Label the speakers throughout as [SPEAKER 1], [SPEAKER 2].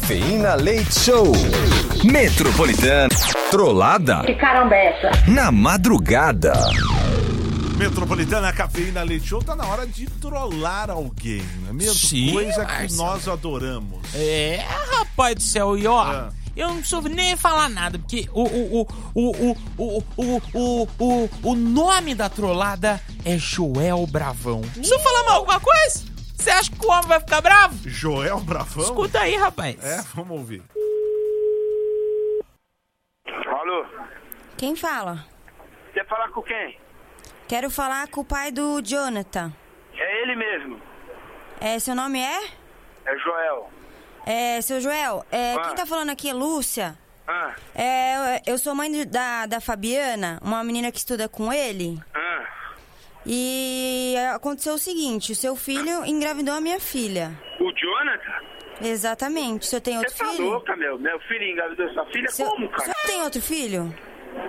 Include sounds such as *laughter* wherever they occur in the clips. [SPEAKER 1] Cafeína Leite Show. Metropolitana. Trollada.
[SPEAKER 2] Que caramba é essa?
[SPEAKER 1] Na madrugada.
[SPEAKER 3] Metropolitana Cafeína Leite Show tá na hora de trollar alguém, não é mesmo?
[SPEAKER 4] Sim,
[SPEAKER 3] Coisa que
[SPEAKER 4] Marcelo.
[SPEAKER 3] nós adoramos.
[SPEAKER 4] É, rapaz do céu, e ó,
[SPEAKER 3] Ah.
[SPEAKER 4] eu não soube nem falar nada, porque o, o, o, o, o, o, o, o, o, o nome da trollada é Joel Bravão. Deixa eu falar mais alguma coisa? Você acha que o homem vai ficar bravo?
[SPEAKER 3] Joel Bravão?
[SPEAKER 4] Escuta aí, rapaz.
[SPEAKER 3] É, vamos ouvir.
[SPEAKER 5] Alô,
[SPEAKER 6] Quem fala?
[SPEAKER 5] quer falar com quem?
[SPEAKER 6] Quero falar com o pai do Jonathan.
[SPEAKER 5] É ele mesmo,
[SPEAKER 6] É, seu nome é?
[SPEAKER 5] é Joel.
[SPEAKER 6] É, seu Joel, é,
[SPEAKER 5] Ah.
[SPEAKER 6] quem tá falando aqui é Lúcia.
[SPEAKER 5] Ah,
[SPEAKER 6] É, eu sou mãe do- da, da Fabiana, uma menina que estuda com ele.
[SPEAKER 5] ah.
[SPEAKER 6] E aconteceu o seguinte, o seu filho engravidou a minha filha.
[SPEAKER 5] O Jonathan?
[SPEAKER 6] Exatamente. O senhor tem outro
[SPEAKER 5] Você tá
[SPEAKER 6] É filho?
[SPEAKER 5] louca, meu? Meu filho engravidou sua filha?
[SPEAKER 6] O senhor-
[SPEAKER 5] Como,
[SPEAKER 6] o
[SPEAKER 5] cara?
[SPEAKER 6] senhor tem outro filho?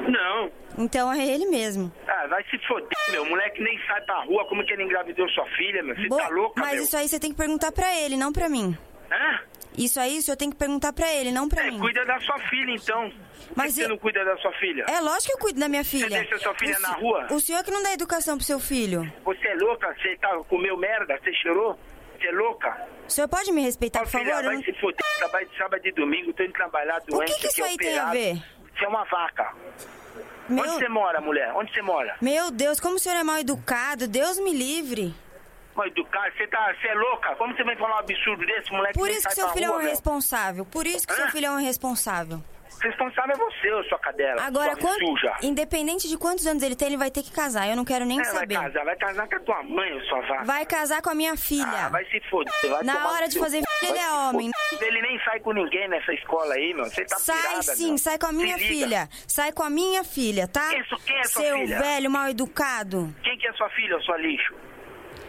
[SPEAKER 5] Não.
[SPEAKER 6] Então é ele mesmo.
[SPEAKER 5] Ah, vai se foder, meu. O moleque nem sai pra rua. Como que ele engravidou sua filha, meu? Você
[SPEAKER 6] Bo-
[SPEAKER 5] tá louca,
[SPEAKER 6] Mas
[SPEAKER 5] meu?
[SPEAKER 6] isso aí você tem que perguntar pra ele, não pra mim.
[SPEAKER 5] Hã?
[SPEAKER 6] Isso aí o senhor tem que perguntar pra ele, não pra
[SPEAKER 5] É,
[SPEAKER 6] mim.
[SPEAKER 5] cuida da sua filha, então.
[SPEAKER 6] Hum. Mas
[SPEAKER 5] Você
[SPEAKER 6] e-
[SPEAKER 5] não cuida da sua filha?
[SPEAKER 6] É lógico que eu cuido da minha filha.
[SPEAKER 5] deixa sua filha
[SPEAKER 6] o,
[SPEAKER 5] na
[SPEAKER 6] se-
[SPEAKER 5] rua?
[SPEAKER 6] O senhor que não dá educação pro seu filho.
[SPEAKER 5] Você é louca? Você tá, comeu merda? Você cheirou? Você é louca?
[SPEAKER 6] O senhor pode me respeitar,
[SPEAKER 5] Sua
[SPEAKER 6] Tá, por
[SPEAKER 5] filha
[SPEAKER 6] favor? Eu
[SPEAKER 5] vai
[SPEAKER 6] não-
[SPEAKER 5] se foder. Trabalha de sábado e domingo. Tô indo trabalhar
[SPEAKER 6] que
[SPEAKER 5] doente.
[SPEAKER 6] que isso
[SPEAKER 5] aqui,
[SPEAKER 6] aí tem a
[SPEAKER 5] operado.
[SPEAKER 6] ver?
[SPEAKER 5] Você é uma vaca. Onde você
[SPEAKER 6] Meu...
[SPEAKER 5] mora, mulher? Onde você mora?
[SPEAKER 6] Meu Deus, como o senhor é mal educado. Deus me livre.
[SPEAKER 5] Mãe do cara, você tá, você é louca? Como você vem falar um absurdo desse, moleque?
[SPEAKER 6] Por
[SPEAKER 5] nem
[SPEAKER 6] isso que
[SPEAKER 5] sai
[SPEAKER 6] seu
[SPEAKER 5] pra
[SPEAKER 6] filho é
[SPEAKER 5] rua,
[SPEAKER 6] um
[SPEAKER 5] meu?
[SPEAKER 6] irresponsável. Por isso que seu
[SPEAKER 5] Hã?
[SPEAKER 6] filho é um irresponsável.
[SPEAKER 5] Responsável é você, ô, sua cadela.
[SPEAKER 6] Agora,
[SPEAKER 5] sua
[SPEAKER 6] quando...
[SPEAKER 5] suja.
[SPEAKER 6] independente de quantos anos ele tem, ele vai ter que casar. Eu não quero nem
[SPEAKER 5] É, vai
[SPEAKER 6] saber.
[SPEAKER 5] casar, vai casar com a tua mãe, ô, sua vaca.
[SPEAKER 6] Vai casar com a minha filha.
[SPEAKER 5] Ah, vai se foder. Vai
[SPEAKER 6] Na
[SPEAKER 5] tomar
[SPEAKER 6] hora
[SPEAKER 5] no
[SPEAKER 6] de
[SPEAKER 5] seu
[SPEAKER 6] fazer
[SPEAKER 5] cu, vai
[SPEAKER 6] filho, ele é
[SPEAKER 5] se
[SPEAKER 6] homem.
[SPEAKER 5] foder. Ele nem sai com ninguém nessa escola aí, meu. Você tá
[SPEAKER 6] Sai
[SPEAKER 5] pirada,
[SPEAKER 6] sim,
[SPEAKER 5] meu.
[SPEAKER 6] sai com a
[SPEAKER 5] Se
[SPEAKER 6] minha
[SPEAKER 5] liga.
[SPEAKER 6] filha. Sai com a minha filha, tá?
[SPEAKER 5] Quem é su- quem é sua
[SPEAKER 6] Seu
[SPEAKER 5] filha?
[SPEAKER 6] velho mal educado.
[SPEAKER 5] Quem que é sua filha, ô, sua lixo?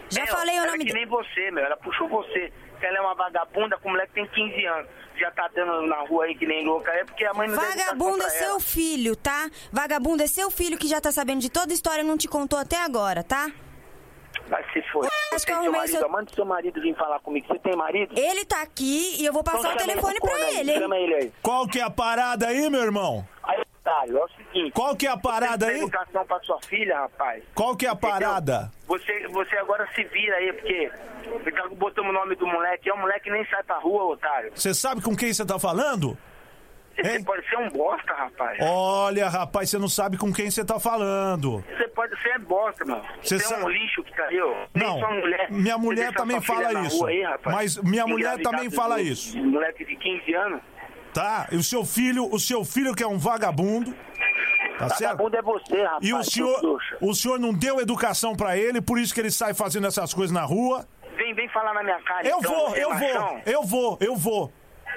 [SPEAKER 6] Já
[SPEAKER 5] Meu,
[SPEAKER 6] falei o
[SPEAKER 5] ela
[SPEAKER 6] nome
[SPEAKER 5] é que
[SPEAKER 6] dele.
[SPEAKER 5] nem você, meu. Ela puxou você. Ela é uma vagabunda com moleque que tem 15 anos. Já tá dando na rua aí que nem louca. É porque a mãe não deu educação
[SPEAKER 6] Vagabundo
[SPEAKER 5] pra
[SPEAKER 6] é seu
[SPEAKER 5] ela.
[SPEAKER 6] filho, tá? Vagabundo é seu filho que já tá sabendo de toda a história e não te contou até agora, tá?
[SPEAKER 5] Vai se for.
[SPEAKER 6] Eu acho que
[SPEAKER 5] seu
[SPEAKER 6] eu arrumei
[SPEAKER 5] marido,
[SPEAKER 6] seu-
[SPEAKER 5] manda seu marido vir falar comigo. Você tem marido?
[SPEAKER 6] Ele tá aqui e eu vou
[SPEAKER 5] Então
[SPEAKER 6] passar o
[SPEAKER 5] chama
[SPEAKER 6] telefone
[SPEAKER 5] o corno
[SPEAKER 6] pra
[SPEAKER 5] aí,
[SPEAKER 6] ele, hein?
[SPEAKER 5] Chama ele aí.
[SPEAKER 3] Qual que é a parada aí, meu irmão?
[SPEAKER 5] Aí, otário, é o seguinte.
[SPEAKER 3] Qual que é a parada
[SPEAKER 5] Você tem
[SPEAKER 3] aí?
[SPEAKER 5] educação pra sua filha, rapaz.
[SPEAKER 3] Qual que é a
[SPEAKER 5] Entendeu?
[SPEAKER 3] parada?
[SPEAKER 5] Você, você agora se vira aí, porque Ricardo botamos o nome do moleque. É um moleque que nem sai pra rua, otário.
[SPEAKER 3] Você sabe com quem você tá falando?
[SPEAKER 5] Você
[SPEAKER 3] Hein?
[SPEAKER 5] pode ser um bosta, rapaz.
[SPEAKER 3] Olha, rapaz, você não sabe com quem você tá falando.
[SPEAKER 5] Você pode ser bosta, mano.
[SPEAKER 3] Você
[SPEAKER 5] Você é um
[SPEAKER 3] sabe-
[SPEAKER 5] lixo que caiu. Nem
[SPEAKER 3] Não,
[SPEAKER 5] sua mulher.
[SPEAKER 3] minha
[SPEAKER 5] Você
[SPEAKER 3] mulher
[SPEAKER 5] deixa
[SPEAKER 3] também
[SPEAKER 5] sua filha
[SPEAKER 3] fala
[SPEAKER 5] na
[SPEAKER 3] isso.
[SPEAKER 5] rua aí, rapaz.
[SPEAKER 3] Mas minha mulher
[SPEAKER 5] Engravidado
[SPEAKER 3] também fala
[SPEAKER 5] de-
[SPEAKER 3] isso.
[SPEAKER 5] de Moleque de 15 anos.
[SPEAKER 3] Tá? E o seu filho, o seu filho que é um vagabundo. Tá certo?
[SPEAKER 5] Vagabundo é você, rapaz.
[SPEAKER 3] E o
[SPEAKER 5] seu
[SPEAKER 3] senhor,
[SPEAKER 5] trouxa.
[SPEAKER 3] o senhor não deu educação pra ele, por isso que ele sai fazendo essas coisas na rua.
[SPEAKER 5] Vem, vem falar na minha cara.
[SPEAKER 3] Eu
[SPEAKER 5] então,
[SPEAKER 3] vou,
[SPEAKER 5] você
[SPEAKER 3] eu
[SPEAKER 5] machão.
[SPEAKER 3] vou, eu vou, eu vou.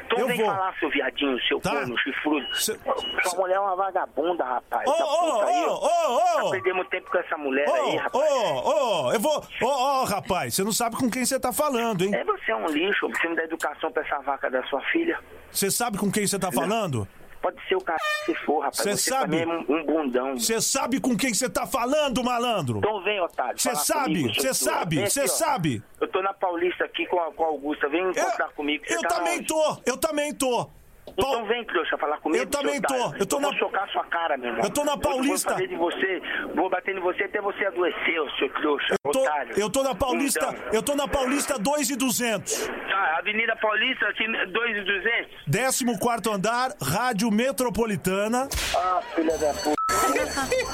[SPEAKER 5] Então
[SPEAKER 3] Eu
[SPEAKER 5] vem
[SPEAKER 3] vou.
[SPEAKER 5] falar, seu viadinho, seu
[SPEAKER 3] Tá.
[SPEAKER 5] corno, chifrudo.
[SPEAKER 3] Cê- cê-
[SPEAKER 5] Sua mulher é uma vagabunda, rapaz.
[SPEAKER 3] Ô,
[SPEAKER 5] Essa puta aí,
[SPEAKER 3] ô,
[SPEAKER 5] ó.
[SPEAKER 3] ô,
[SPEAKER 5] Tá
[SPEAKER 3] ô, ô.
[SPEAKER 5] perdemos tempo com essa mulher aí,
[SPEAKER 3] Ô,
[SPEAKER 5] rapaz.
[SPEAKER 3] ô, ô, eu vou. Ô, ô, rapaz, você não sabe com quem você tá falando, hein?
[SPEAKER 5] É, você é um lixo, você não dá educação pra essa vaca da sua filha.
[SPEAKER 3] Você sabe com quem você tá falando?
[SPEAKER 5] Pode ser o cara que for, rapaz.
[SPEAKER 3] Cê
[SPEAKER 5] você
[SPEAKER 3] sabe?
[SPEAKER 5] também é um, um bundão.
[SPEAKER 3] Você sabe com quem você tá falando, malandro?
[SPEAKER 5] Então vem, otário.
[SPEAKER 3] Você
[SPEAKER 5] falar
[SPEAKER 3] sabe,
[SPEAKER 5] comigo,
[SPEAKER 3] você
[SPEAKER 5] seu senhor.
[SPEAKER 3] sabe,
[SPEAKER 5] Vem
[SPEAKER 3] você
[SPEAKER 5] aqui, ó.
[SPEAKER 3] sabe.
[SPEAKER 5] Eu tô na Paulista aqui com a, com a Augusta. Vem
[SPEAKER 3] Eu,
[SPEAKER 5] encontrar comigo. Você
[SPEAKER 3] eu
[SPEAKER 5] tá
[SPEAKER 3] também
[SPEAKER 5] onde?
[SPEAKER 3] tô, eu também tô.
[SPEAKER 5] Então vem, trouxa, falar comigo.
[SPEAKER 3] Eu também
[SPEAKER 5] seu
[SPEAKER 3] tô,
[SPEAKER 5] otário.
[SPEAKER 3] eu tô na-
[SPEAKER 5] vou chocar sua cara, meu irmão.
[SPEAKER 3] Eu tô na Paulista.
[SPEAKER 5] Eu vou fazer de você, vou bater em você até você adoecer, ô, seu trouxa,
[SPEAKER 3] Eu tô,
[SPEAKER 5] otário. Então.
[SPEAKER 3] eu tô na Paulista,
[SPEAKER 5] Bundão.
[SPEAKER 3] eu tô na Paulista 2 e 200.
[SPEAKER 5] Tá, Avenida Paulista, aqui, né, 2200.
[SPEAKER 3] 14 andar, Rádio Metropolitana.
[SPEAKER 5] Ah, filha da puta.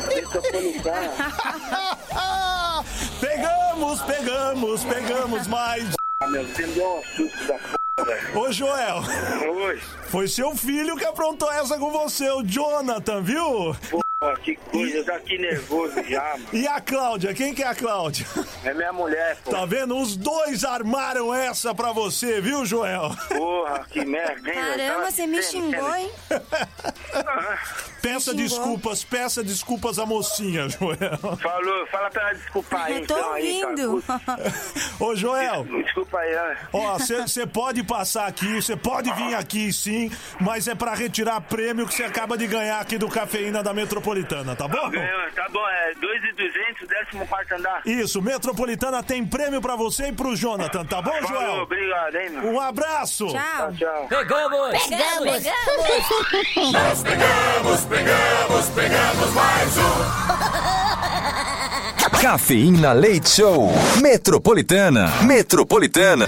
[SPEAKER 5] Metropolitana.
[SPEAKER 3] *laughs* Pegamos, pegamos, pegamos mais.
[SPEAKER 5] Ah, meu, você me deu um susto da puta, velho.
[SPEAKER 3] Ô Joel,
[SPEAKER 5] Oi.
[SPEAKER 3] foi seu filho que aprontou essa com você, o Jonathan, viu?
[SPEAKER 5] Ó, que coisa, eu tô aqui nervoso já, mano.
[SPEAKER 3] E a Cláudia, quem que é a Cláudia?
[SPEAKER 5] É minha mulher, pô.
[SPEAKER 3] Tá vendo? Os dois armaram essa pra você, viu, Joel?
[SPEAKER 5] Porra, que merda, hein, velho?
[SPEAKER 6] Caramba,
[SPEAKER 5] Tava
[SPEAKER 6] você me
[SPEAKER 5] dizendo,
[SPEAKER 6] xingou,
[SPEAKER 5] cara.
[SPEAKER 6] hein?
[SPEAKER 3] Peça
[SPEAKER 6] Me xingou.
[SPEAKER 3] desculpas, peça desculpas à mocinha, Joel.
[SPEAKER 5] Falou, fala pra ela desculpar aí,
[SPEAKER 6] Eu *laughs* tô
[SPEAKER 5] então, aí, cara.
[SPEAKER 6] ouvindo.
[SPEAKER 5] Puta,
[SPEAKER 3] Ô, Joel.
[SPEAKER 5] Desculpa aí, ó.
[SPEAKER 3] Ó, você pode passar aqui, você pode vir aqui sim, mas é pra retirar prêmio que você acaba de ganhar aqui do Cafeína da Metropolitana, tá bom?
[SPEAKER 5] Ganhou, Tá bom, é 2,200, 14 andar.
[SPEAKER 3] Isso, Metropolitana tem prêmio pra você e pro Jonathan, tá bom,
[SPEAKER 5] Falou,
[SPEAKER 3] Joel?
[SPEAKER 5] obrigado, hein, meu.
[SPEAKER 3] Um abraço!
[SPEAKER 6] *laughs* Tchau.
[SPEAKER 5] Tchau.
[SPEAKER 2] Pegamos! Pegamos!
[SPEAKER 1] Cafeína Leite Show. Metropolitana. Metropolitana.